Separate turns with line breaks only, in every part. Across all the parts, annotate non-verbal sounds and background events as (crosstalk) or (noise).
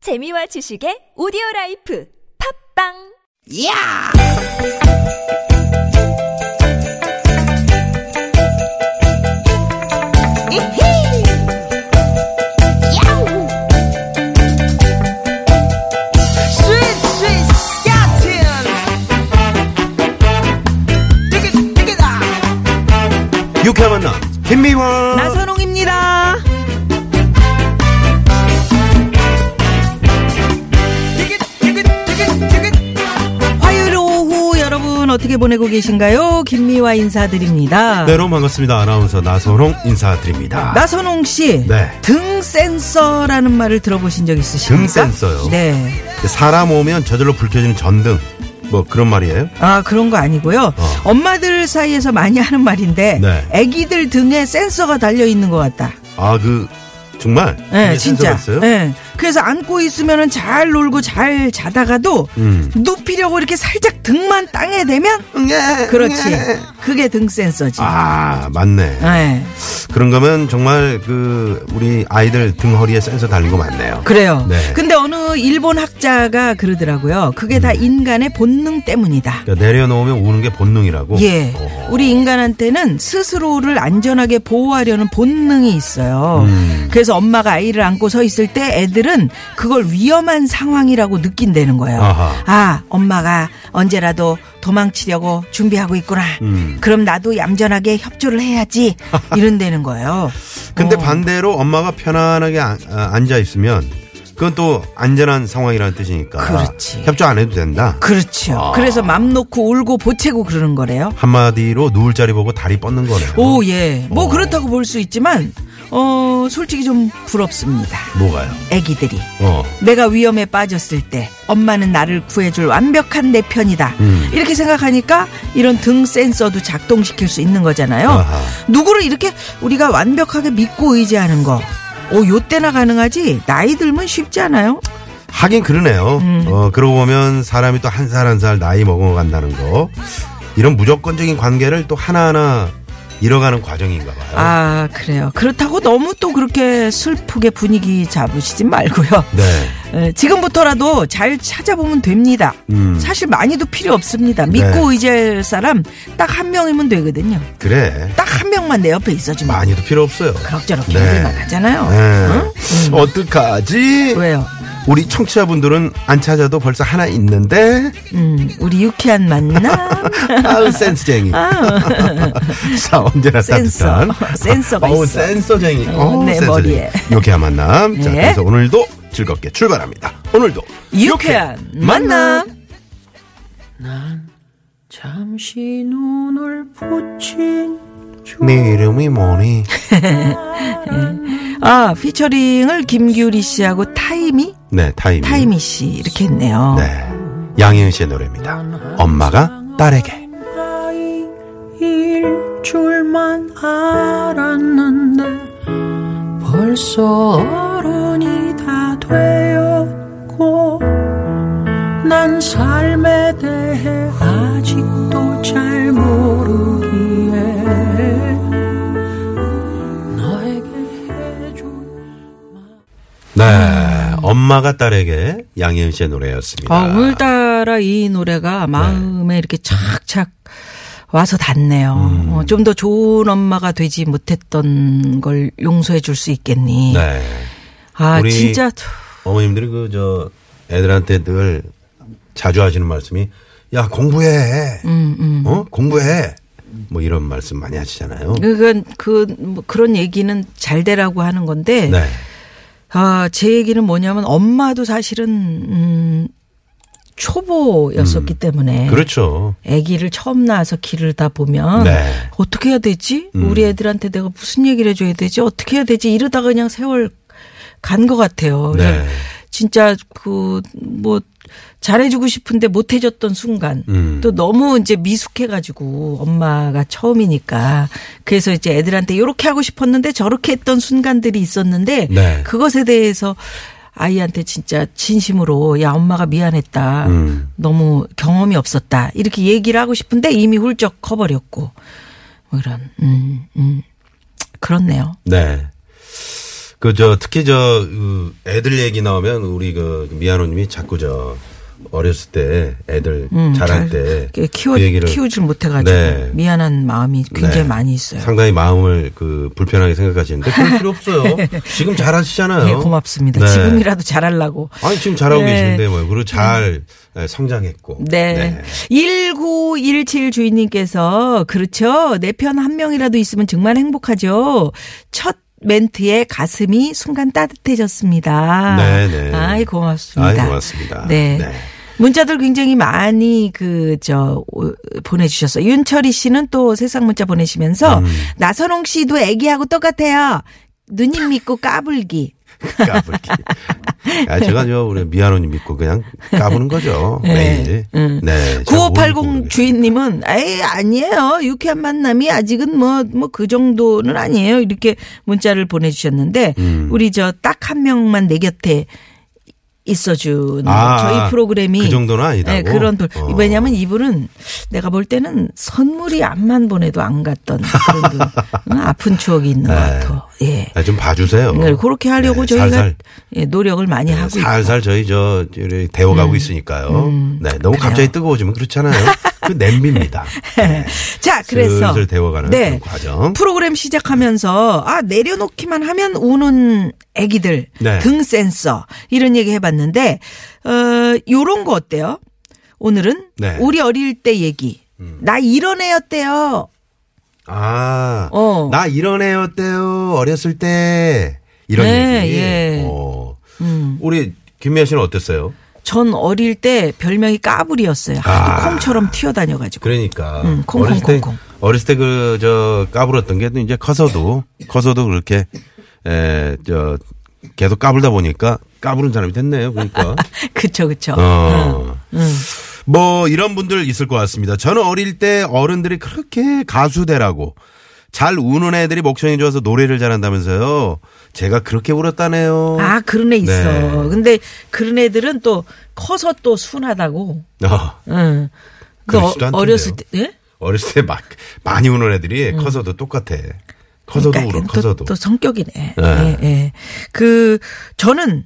재미와 지식의 오디오 라이프 팝빵
야! 이히! 야우! 스윗, 스윗, 스캇틴! 띠깃, 띠깃아!
유쾌한 만남 김미화
나선홍입니다. 띠깃, 띠깃, 띠깃, 띠깃.
화요일 오후 여러분 어떻게 보내고 계신가요? 김미화 인사드립니다.
네 여러분 반갑습니다 아나운서 나선홍 인사드립니다
나선홍 씨,
네.
등 센서라는 말을 들어보신 적
등
있으십니까?
센서요?
네.
사람 오면 저절로 불 켜지는 전등 뭐 그런 말이에요
아 그런 거 아니고요.
어.
엄마들 사이에서 많이 하는 말인데
네.
아기들 등에 센서가 달려 있는 것 같다.
아 그 정말
네,
그게 센서가
진짜.
있어요?
네. 그래서 안고 있으면 잘 놀고 잘 자다가도
음.
눕히려고 이렇게 살짝 등만 땅에 대면 그렇지. 그게 등 센서지.
아 맞네
네.
그런 거면 정말 그 우리 아이들 등 허리에 센서 달린 거 맞네요
그래요.
네.
근데 어느 일본 학자가 그러더라고요.
음.
그게 다 인간의 본능 때문이다.
그러니까 내려놓으면 우는 게 본능이라고
예.
어.
우리 인간한테는 스스로를 안전하게 보호하려는 본능이 있어요.
음.
그래서 엄마가 아이를 안고 서 있을 때 애들은 그걸 위험한 상황이라고 느낀다는 거예요.
아하.
아, 엄마가 언제라도 도망치려고 준비하고 있구나.
음.
그럼 나도 얌전하게 협조를
(laughs)
해야지. 이런다는 거예요.
근데
어.
반대로 엄마가 편안하게 안, 앉아 있으면 그건 또 안전한 상황이라는 뜻이니까
그렇지.
협조 안 해도 된다
그렇죠.
아.
그래서 맘 놓고 울고 보채고 그러는 거래요.
한마디로 누울 자리 보고 다리 뻗는 거네요.
오, 예. 뭐
어.
그렇다고 볼 수 있지만, 어, 솔직히 좀 부럽습니다.
뭐가요?
애기들이.
어.
내가 위험에 빠졌을 때 엄마는 나를 구해줄 완벽한 내 편이다.
음.
이렇게 생각하니까 이런 등 센서도 작동시킬 수 있는 거잖아요.
아하.
누구를 이렇게 우리가 완벽하게 믿고 의지하는 거. 오, 요 때나 가능하지? 나이 들면 쉽지 않아요?
하긴 그러네요.
음.
어, 그러고 보면 사람이 또 한 살 한 살 나이 먹어간다는 거. 이런 무조건적인 관계를 또 하나하나 잃어가는 과정인가 봐요.
아, 그래요. 그렇다고 너무 또 그렇게 슬프게 분위기 잡으시지 말고요.
네.
에, 지금부터라도 잘 찾아보면 됩니다.
음.
사실 많이도 필요 없습니다. 믿고
네.
의지할 사람 딱 한 명이면 되거든요.
그래.
딱 한 명만 내 옆에 있어주면
많이도 필요 없어요.
그럭저럭
네.
힘들만 하잖아요. 어?
네. 어떡하지?
음. 왜요?
우리 청취자분들은 안 찾아도 벌써 하나 있는데.
음, 우리 유쾌한 (laughs) 만남.
아우 센스쟁이. (laughs) 자 언제나
센서.
따뜻한.
센서가
어우,
있어.
센서쟁이. 어우,
내
센서쟁이.
머리에.
유쾌한 만남. 자
네.
그래서 오늘도 즐겁게 출발합니다. 오늘도
유쾌한 만남.
잠시 눈을 붙인
네 이름이 뭐니?
아, 피처링을 김규리 씨하고 타이미?
네 타이밍.
타이미 씨. 이렇게 했네요.
네 양희은 씨의 노래입니다. 엄마가 딸에게.
아이일 줄만 알았는데 벌써 어른이 다 되었고 난 삶에 대해 아직도 잘 모르기에 너에게 해줄
네 엄마가 딸에게 양희은 씨의 노래였습니다. 네.
아, 오늘따라 이 노래가 마음에 이렇게 착착 와서 닿네요.
음.
어, 좀 더 좋은 엄마가 되지 못했던 걸 용서해 줄 수 있겠니?
네
아,
우리-
진짜.
어머님들이 그 저 애들한테 늘 자주 하시는 말씀이 야 공부해.
음,
어 공부해. 뭐 이런 말씀 많이 하시잖아요.
그건 그, 뭐 그런 얘기는 잘 되라고 하는 건데.
네.
아, 제 얘기는 뭐냐면 엄마도 사실은, 음, 초보였었기 때문에.
음. 그렇죠.
아기를 처음 낳아서 기르다 보면
네. 음.
어떻게 해야 되지? 우리 애들한테 내가 무슨 얘기를 해줘야 되지? 어떻게 해야 되지? 이러다 가 그냥 세월 간 것 같아요. 그래서
네.
진짜 그 뭐 잘해주고 싶은데 못해줬던 순간
음.
또 너무 이제 미숙해가지고 엄마가 처음이니까 그래서 이제 애들한테 이렇게 하고 싶었는데 저렇게 했던 순간들이 있었는데
네.
그것에 대해서 아이한테 진짜 진심으로 야 엄마가 미안했다.
음.
너무 경험이 없었다. 이렇게 얘기를 하고 싶은데 이미 훌쩍 커버렸고 뭐 이런 음, 음. 그렇네요.
네. 그 저 특히 저 그, 애들 얘기 나오면 우리 그 미아노님이 자꾸 저 어렸을 때 애들 자랄 때
음, 이렇게 키워
그 얘기를
키우질 못해가지고
네.
미안한 마음이
네.
굉장히 많이 있어요.
상당히 마음을 그 불편하게 생각하시는데 그럴 필요
(laughs)
없어요. 지금 잘하시잖아요.
예, 고맙습니다.
네.
지금이라도 잘하려고.
아니 지금 잘하고
네.
계시는데 뭐 그리고 잘 네, 성장했고.
네. 1917 주인님께서 그렇죠. 내 편 한 명이라도 있으면 정말 행복하죠. 첫 멘트에 가슴이 순간 따뜻해졌습니다.
네, 네.
아이 고맙습니다.
아이, 고맙습니다.
네.
네.
문자들 굉장히 많이 그 저 보내주셨어. 요 윤철이 씨는 또 세상 문자 보내시면서
음.
나선홍 씨도 애기하고 똑같아요. 누님 믿고 까불기.
까불기. 아, 제가 저 우리 미아노님 믿고 그냥 까부는 거죠. 매일. 네. 제가 뭘 믿고
9580
그러겠어요.
음. 주인님은 에이 아니에요 유쾌한 만남이 아직은 뭐 뭐 그 정도는 아니에요 이렇게 문자를 보내주셨는데
음.
우리 저 딱 한 명만 내 곁에 있어주는
아,
저희 프로그램이 네,
그 정도는 아니다고?
그런 분
어.
왜냐하면 이분은 내가 볼 때는 선물이 안만 보내도 안 갔던 그런
(laughs)
분. 음, 아픈 추억이 있는 것 같아 예
아, 좀 봐주세요.
네, 그렇게 하려고
네,
저희가
살살,
예, 노력을 많이
네,
하고 음. 있고
살살 저희 저 이렇게 데워가고 있으니까요.
음.
네, 너무 갑자기 뜨거워지면 그렇잖아요. 그
(laughs)
냄비입니다. 네.
자, 그래서
슬슬 데워가는
네.
그런 과정.
프로그램 시작하면서 아 내려놓기만 하면 우는 애기들
네.
등 센서 이런 얘기 해봤는데 어 요런 거 어때요? 오늘은
네. 음.
우리 어릴 때 얘기. 나 이런 애였대요.
아,
어.
나 이런 애였대요. 어렸을 때 이런
네,
얘기.
예. 음.
어. 우리 김미아 씨는 어땠어요?
전 어릴 때 별명이 까불이었어요. 하도
아.
콩처럼
(laughs)
튀어다녀가지고.
그러니까
음, 콩콩,
어렸을 때
콩콩.
어렸을 때 그 저 까불었던 게또 이제 커서도 커서도 그렇게 에 저 계속 까불다 보니까 까부는 사람이 됐네요.
(laughs)
그러니까
그쵸 그쵸.
어.
음.
뭐 이런 분들 있을 것 같습니다. 저는 어릴 때 어른들이 그렇게 가수 되라고 잘 우는 애들이 목청이 좋아서 노래를 잘한다면서요. 제가 그렇게 울었다네요.
아 그런 애 있어.
네.
근데 그런 애들은 또 커서 또 순하다고.
어,
응. 그 어,
그러지도 않던데요.
어렸을 때. 예?
어렸을 때 막 많이 우는 애들이 커서도 똑같아. 커서도
음. 그러니까
울어.
또-
커서도.
또, 성격이네.
네.
예, 예. 그 저는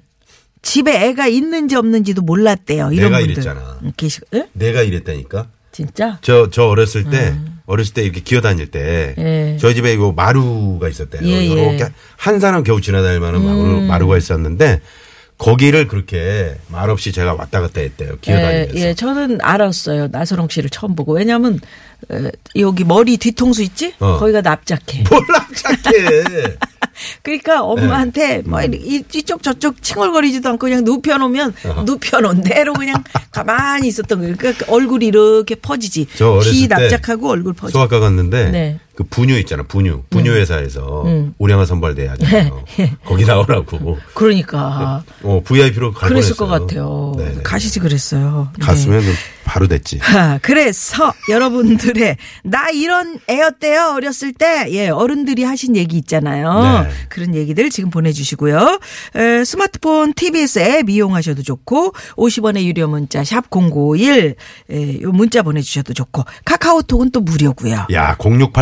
집에 애가 있는지 없는지도 몰랐대요. 이런
내가
분들
이랬잖아.
음, 계시, 예?
내가 이랬다니까.
진짜?
저, 저 어렸을 때, 어렸을 때 이렇게 기어 다닐 때,
음. 예.
저희 집에 요 마루가 있었대요.
예, 음. 예.
요렇게 한 사람 겨우 지나다닐 만한 마루, 마루가 있었는데, 거기를 그렇게 말없이 제가 왔다 갔다 했대요. 기어
예,
다니면서.
예, 저는 알았어요. 나서롱 씨를 처음 보고 왜냐하면 에, 여기 머리 뒤통수 있지?
어.
거기가 납작해.
(laughs) 몰라,
(laughs)
착해.
그러니까
예.
엄마한테 뭐
음.
이리- 이- 이쪽 저쪽 칭얼거리지도 않고 그냥 눕혀놓으면 눕혀놓은 대로
(laughs)
그냥 가만히 있었던 거예요. 그러니까 얼굴이 이렇게 퍼지지.
저 어렸을
귀
때
납작하고 얼굴 퍼지.
소아과 갔는데,
네. 음.
그 분유 있잖아, 분유. 분유회사에서 우량아 선발대회 하잖아요.
네.
거기 나오라고.
그러니까.
어, VIP로 갈
그랬을 것
뻔했어요.
같아요.
네네.
가시지 그랬어요. 네.
갔으면 바로 됐지.
하, (laughs) 그래서 여러분들의 나 이런 애였대요 어렸을 때 예, 어른들이 하신 얘기 있잖아요
네.
그런 얘기들 지금 보내주시고요 에, 스마트폰 TBS 앱 이용하셔도 좋고 50원의 유료 문자 샵 #051 예, 요 문자 보내주셔도 좋고 카카오톡은 또 무료고요
야,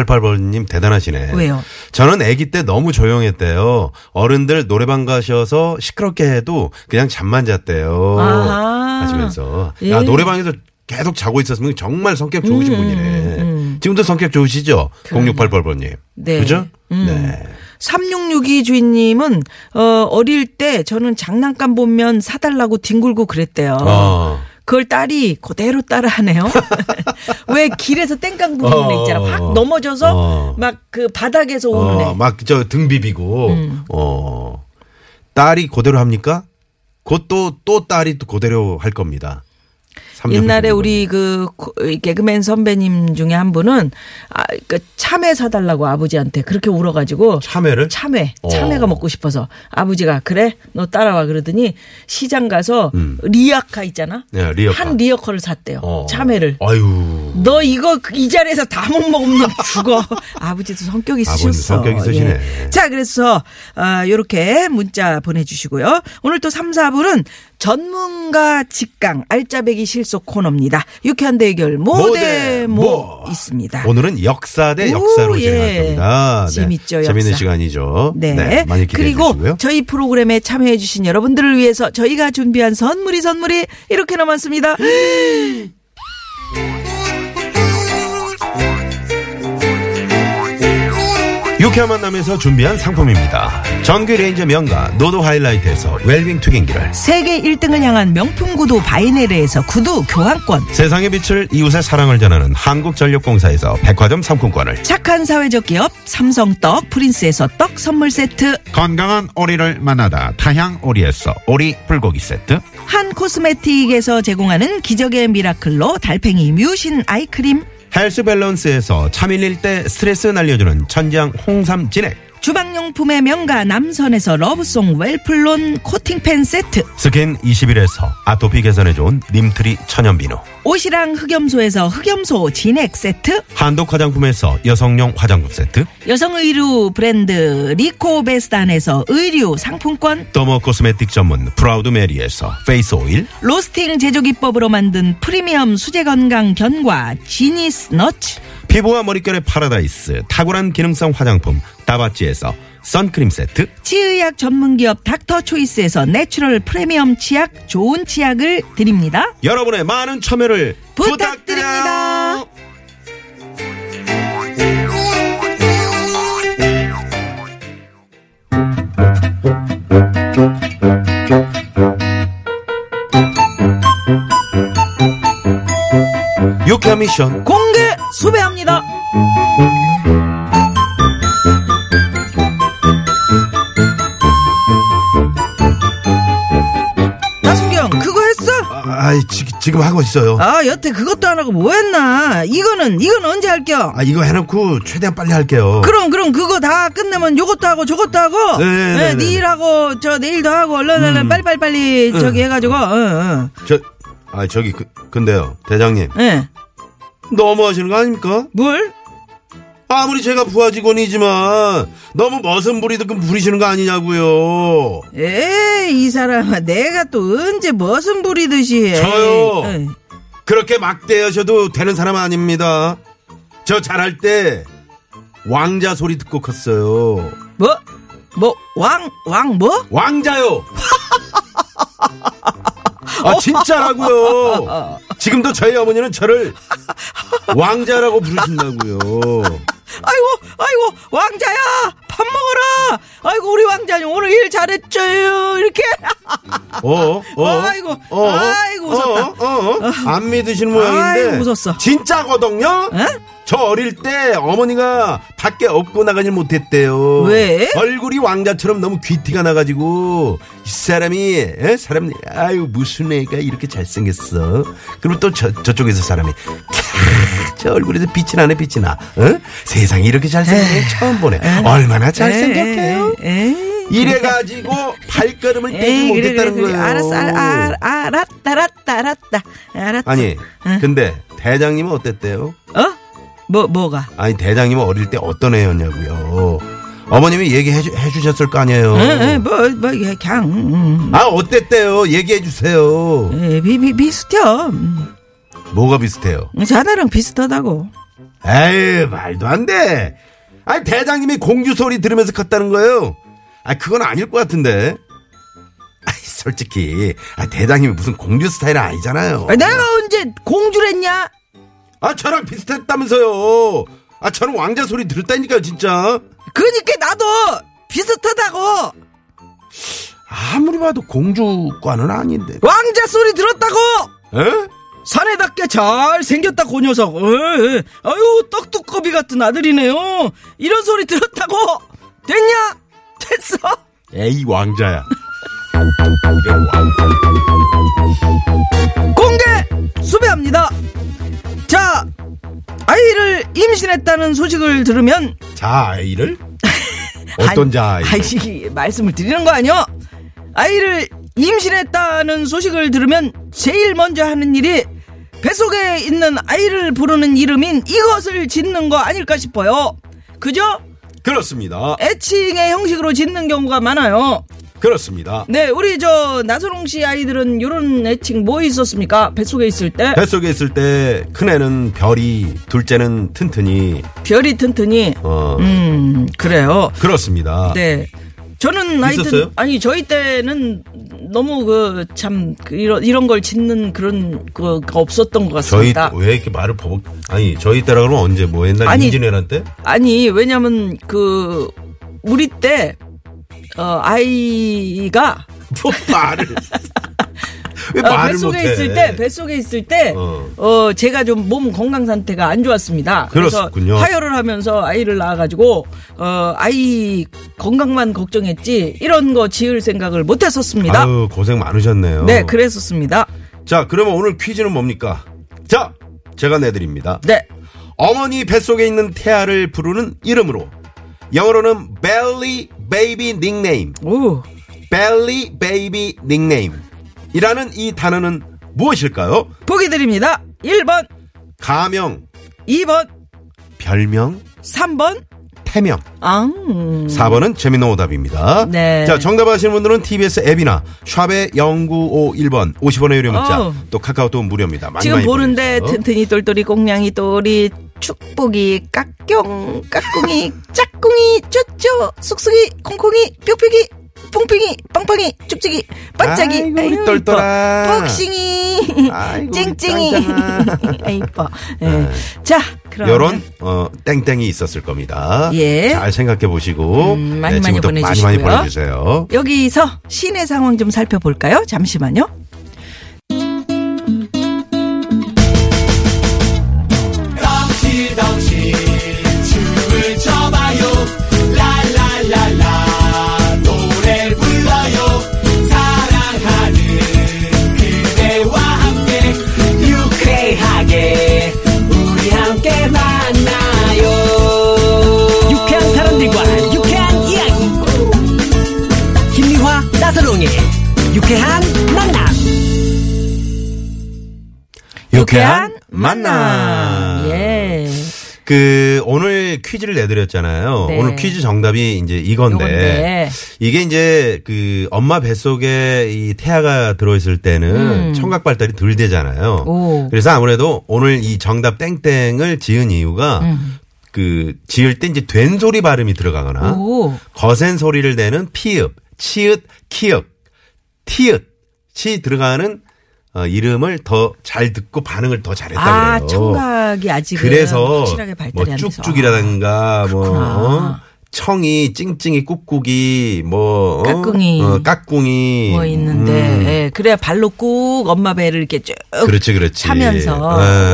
0688번님 대단하시네.
왜요?
저는 아기 때 너무 조용했대요. 어른들 노래방 가셔서 시끄럽게 해도 그냥 잠만 잤대요.
아하.
하시면서.
예. 음,
야, 노래방에서 계속 자고 있었으면 정말 성격 좋으신 분이네. 지금도 성격 좋으시죠? 0688번님.
네.
그죠?
음.
네.
3662 주인님은 어, 어릴 때 저는 장난감 보면 사달라고 뒹굴고 그랬대요
어.
그걸 딸이 그대로
(laughs)
따라하네요. 왜 길에서 땡깡 부리는
어,
애 있잖아.
어,
확 넘어져서
어.
막 그 바닥에서 오는
어,
애.
막 저 등 비비고.
음.
어. 딸이 그대로 합니까? 곧 또, 또 딸이 또 그대로 할 겁니다.
옛날에
3688
우리 그 고- 개그맨 선배님 중에 한 분은 아, 그 참외 사달라고 아버지한테 그렇게 울어가지고
참외를?
참외,
어.
참외가 먹고 싶어서 아버지가 그래 너 따라와 그러더니 시장 가서 리아카 있잖아.
음. 네, 리아카.
한 리어커를 샀대요.
어.
참외를.
아유.
너 이거 그 이 자리에서 다 못 먹으면 죽어. (laughs) 아버지도 성격 예. 있으셨어.
아버님 성격 있으시네.
어, 자, 그래서 아 요렇게 문자 보내 주시고요. 오늘 또 3, 4부는 전문가 직강 알짜배기 실속 코너입니다. 유쾌한 대결 모대모
뭐.
네, 있습니다.
오늘은 역사 대
오,
역사로
예.
진행할 겁니다. 네.
재밌죠,
재밌는
역사.
시간이죠.
네.
많이 기대해
그리고
주시고요.
저희 프로그램에 참여해 주신 여러분들을 위해서 저희가 준비한 선물이 선물이 이렇게나 많습니다.
유쾌한 만남에서 준비한 상품입니다. 전기 레인저 명가 노도 하이라이트에서 웰빙 튀김기를
세계 1등을 향한 명품 구두 바이네르에서 구두 교환권
세상의 빛을 이웃의 사랑을 전하는 한국전력공사에서 백화점 상품권을
착한 사회적 기업 삼성떡 프린스에서 떡 선물 세트
건강한 오리를 만나다 타향 오리에서 오리 불고기 세트
한 코스메틱에서 제공하는 기적의 미라클로 달팽이 뮤신 아이크림
헬스 밸런스에서 참일릴 때 스트레스 날려주는 천장 홍삼 진액
주방용품의 명가 남선에서 러브송 웰플론 코팅팬 세트
스킨 21에서 아토피 개선에 좋은 님트리 천연비누
옷이랑 흑염소에서 흑염소 진액 세트
한독 화장품에서 여성용 화장품 세트
여성 의류 브랜드 리코베스탄에서 의류 상품권
더머 코스메틱 전문 프라우드 메리에서 페이스 오일
로스팅 제조 기법으로 만든 프리미엄 수제 건강 견과 지니스 너츠
피부와 머릿결의 파라다이스 탁월한 기능성 화장품 다바찌에서 선크림 세트
치의학 전문기업 닥터 초이스에서 내추럴 프리미엄 치약 좋은 치약을 드립니다.
여러분의 많은 참여를 부탁드립니다.
부탁드립니다.
유쾌한 미션
공개 수배합니다. 나순경 그거 했어?
아, 아이, 지, 지금 하고 있어요.
아 여태 그것도 안 하고 뭐 했나? 이거는 이건 언제 할겨?
아, 이거 해놓고 최대한 빨리 할게요.
그럼 그럼 그거 다 끝내면 요것도 하고 저것도 하고
네, 네, 네, 음. 네.
일하고 저 내일도 하고 얼른 얼른 빨리빨리 빨리 저기 해가지고 어, 응,
저, 아, 저기, 그, 근데요, 대장님.
응. 예.
너무 하시는 거 아닙니까?
뭘?
아무리 제가 부하 직원이지만, 너무 머슴 부리듯 부리시는 거 아니냐고요.
에이 이 사람아 내가 또 언제 머슴 부리듯이 해.
저요.
에이.
그렇게 막대하셔도 되는 사람 아닙니다. 저 잘할 때, 왕자 소리 듣고 컸어요.
뭐? 뭐? 왕? 왕 뭐?
왕자요! 아, 진짜라고요! 지금도 저희 어머니는 저를 왕자라고 부르신다고요.
아이고 아이고 왕자야 밥 먹어라 아이고 우리 왕자님 오늘 일 잘했죠요 이렇게
어, 어,
아이고, 아이고, 웃었다.
어, 어, 어. 안 믿으시는 모양인데.
아이고, 웃었어.
진짜거든요?
에?
저 어릴 때 어머니가 밖에 업고 나가질 못했대요.
왜?
얼굴이 왕자처럼 너무 귀티가 나가지고 이 사람이 에? 사람 아유 무슨 애가 이렇게 잘생겼어. 그리고 또 저, 저쪽에서 사람이 캬, 저 얼굴에서 빛이 나네 빛이 나. 어? 세상에 이렇게 잘생긴 애 처음 보네. 얼마나 잘생겼게요.
에이.
이래가지고 발걸음을 떼지
에이, 그래,
못했다는
그래, 그래.
거예요.
알았어, 알, 알, 알았다, 알았다, 알았다, 알았다.
아니,
응?
근데 대장님은 어땠대요?
어? 뭐, 뭐가?
아니, 대장님은 어릴 때 어떤 애였냐고요. 어머님이 얘기해 주, 해주셨을 거 아니에요.
응, 응, 뭐, 뭐, 이게 그냥, 음,
아, 어땠대요? 얘기해 주세요.
음. 에, 비, 비, 비슷해.
뭐가 비슷해요?
자네랑 비슷하다고.
에이, 말도 안 돼. 아니, 대장님이 공주 소리 들으면서 컸다는 거예요. 아, 그건 아닐 것 같은데. 아이, 솔직히. 아, 대장님이 무슨 공주 스타일은 아니잖아요.
아, 내가 언제 공주랬냐?
아, 저랑 비슷했다면서요. 아, 저는 왕자 소리 들었다니까요, 진짜.
그니까 나도 비슷하다고!
아무리 봐도 공주과는 아닌데.
왕자 소리 들었다고!
에?
사내답게 잘 생겼다, 고그 녀석. 에이, 아유, 떡두꺼비 같은 아들이네요. 이런 소리 들었다고! 됐냐? 됐어?
에이, 왕자야.
공개 수배합니다. 자, 아이를 임신했다는 소식을 들으면
자, 아이를? 어떤
아이,
자, 아이?
아이씨 말씀을 드리는 거 아니요? 아이를 임신했다는 소식을 들으면 제일 먼저 하는 일이 뱃속에 있는 아이를 부르는 이름인 이것을 짓는 거 아닐까 싶어요. 그죠?
그렇습니다.
애칭의 형식으로 짓는 경우가 많아요.
그렇습니다.
네, 우리 저 나선홍 씨 아이들은 요런 애칭 뭐 있었습니까? 뱃속에 있을 때
뱃속에 있을 때 큰애는 별이, 둘째는 튼튼이,
별이 튼튼히
어,
음, 그래요.
그렇습니다.
네. 저는 하여튼
아, 있었어요?
아니 저희 때는 너무 그 참 이런 이런 걸 짓는 그런 거 없었던 것
저희
같습니다.
왜 이렇게 말을 버벅 아니 저희 때라 그러면 언제 뭐 옛날
아니,
임진왜란 때? (laughs)
아니 왜냐면 그 우리 때 어, 아이가
뭐 말을 왜
어,
그 말을
뱃속에
못해?
있을 때 뱃속에 있을 때
어.
어. 제가 좀 몸 건강 상태가 안 좋았습니다.
그렇군요.
래서 파열을 하면서 아이를 낳아 가지고 어 아이 건강만 걱정했지 이런 거 지을 생각을 못 했었습니다.
아유 고생 많으셨네요.
네, 그랬었습니다.
자 그러면 오늘 퀴즈는 뭡니까? 자 제가 내드립니다.
네.
어머니 뱃속에 있는 태아를 부르는 이름으로 영어로는 belly baby 닉네임
오.
belly baby 닉네임이라는 이 단어는 무엇일까요?
보기 드립니다. 1번,
가명,
2번,
별명,
3번.
태명.
앙.
4번은 재미있는 오답입니다.
음. 네.
자, 정답 아시는 분들은 TBS 앱이나 샵의 0951번 50원의 유료 문자
어우.
또 카카오톡 무료입니다. 많이
지금
많이
보는데
보내주세요.
튼튼이 똘똘이 꽁냥이 또리 축복이 깍경
(laughs)
깍꿍이 짝꿍이 쪼쪼 쑥쑥이 콩콩이 뿅뿅이 뽕뿅이 빵빵이 쭉쭉이 반짝이
아이고, 우리 똘똘아.
이뻐. (laughs) 복싱이
아이고, 우리
찡찡이
짱짱아.
아 이뻐 예. 자 그럼
네. 요런 어, 땡땡이 있었을 겁니다.
예.
잘 생각해 보시고 네,
음, 많이 많이
지금부터 많이 많이
보내주시고요.
보내주세요.
여기서 시내 상황 좀 살펴볼까요? 잠시만요.
유쾌한 사람들과 유쾌한 이야기 김미화 나서롱의 유쾌한 만남
유쾌한 만남.
예.
그 오늘 퀴즈를 내드렸잖아요.
네.
오늘 퀴즈 정답이 이제 이건데 네.
요건데.
이게 이제 그 엄마 뱃속에 이 태아가 들어있을 때는 청각 발달이 덜 되잖아요.
음. 오.
그래서 아무래도 오늘 이 정답 땡땡을 지은 이유가 그 지을 때 이제 된소리 발음이 들어가거나
음. 오.
아, 거센 소리를 내는 피읍, 치읓, 키읔, 티읓이 들어가는 어, 이름을 더 잘 듣고 반응을 더 잘했다고
아,
그래요.
청각이 아직
그래서
확실하게 발달이
뭐
안 돼서.
쭉쭉이라든가 뭐
그렇구나.
어? 청이 찡찡이 꾹꾹이 뭐 어?
깍꿍이.
어, 깍꿍이
뭐 있는데
음,
예, 그래야 발로 꾹 엄마 배를 이렇게 쭉
그렇지 그렇지
차면서
예.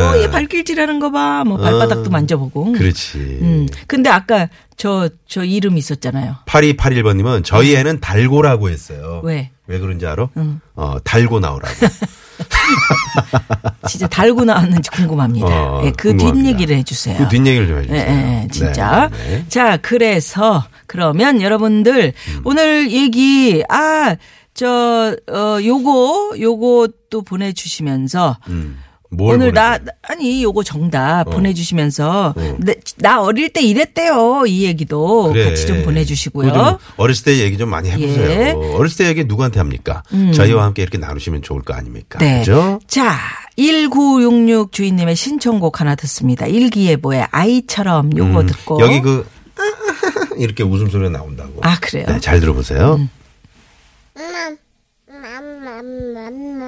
어.
어, 얘 발길질하는 거 봐 뭐 발바닥도 만져보고
그렇지
음 근데 아까 저 저 이름 있었잖아요
8281번님은 저희 애는 달고라고 했어요
왜?
그런지 알아? 어 달고 나오라고
진짜 달고 나왔는지 궁금합니다
어,
예, 그
궁금합니다.
뒷얘기를 해주세요
그 뒷얘기를 좀
예,
해주세요
예, 진짜.
네, 네. 음.
자, 그래서 그러면 여러분들 오늘 얘기 아, 저 어, 요거 요것도 보내 주시면서
음, 뭘
오늘 나
보내줘요? 어.
나- 아니 요거 정답 보내주시면서 내- 나 어릴 때 이랬대요 이 얘기도
그래.
같이 좀 보내주시고요.
그거 좀 어렸을 때 얘기 좀 많이 해보세요.
예. 음.
어렸을 때 얘기 누구한테 합니까? 저희와 함께 이렇게 나누시면 좋을 거 아닙니까?
네.
그죠?
자, 1966 주인님의 신청곡 하나 듣습니다. 일기예보의 아이처럼 요거 뭐 듣고
여기 그 (laughs) 네. 이렇게 웃음소리가 나온다고.
아 그래요.
네, 잘 들어보세요.
음, 음, 음, 음, 음,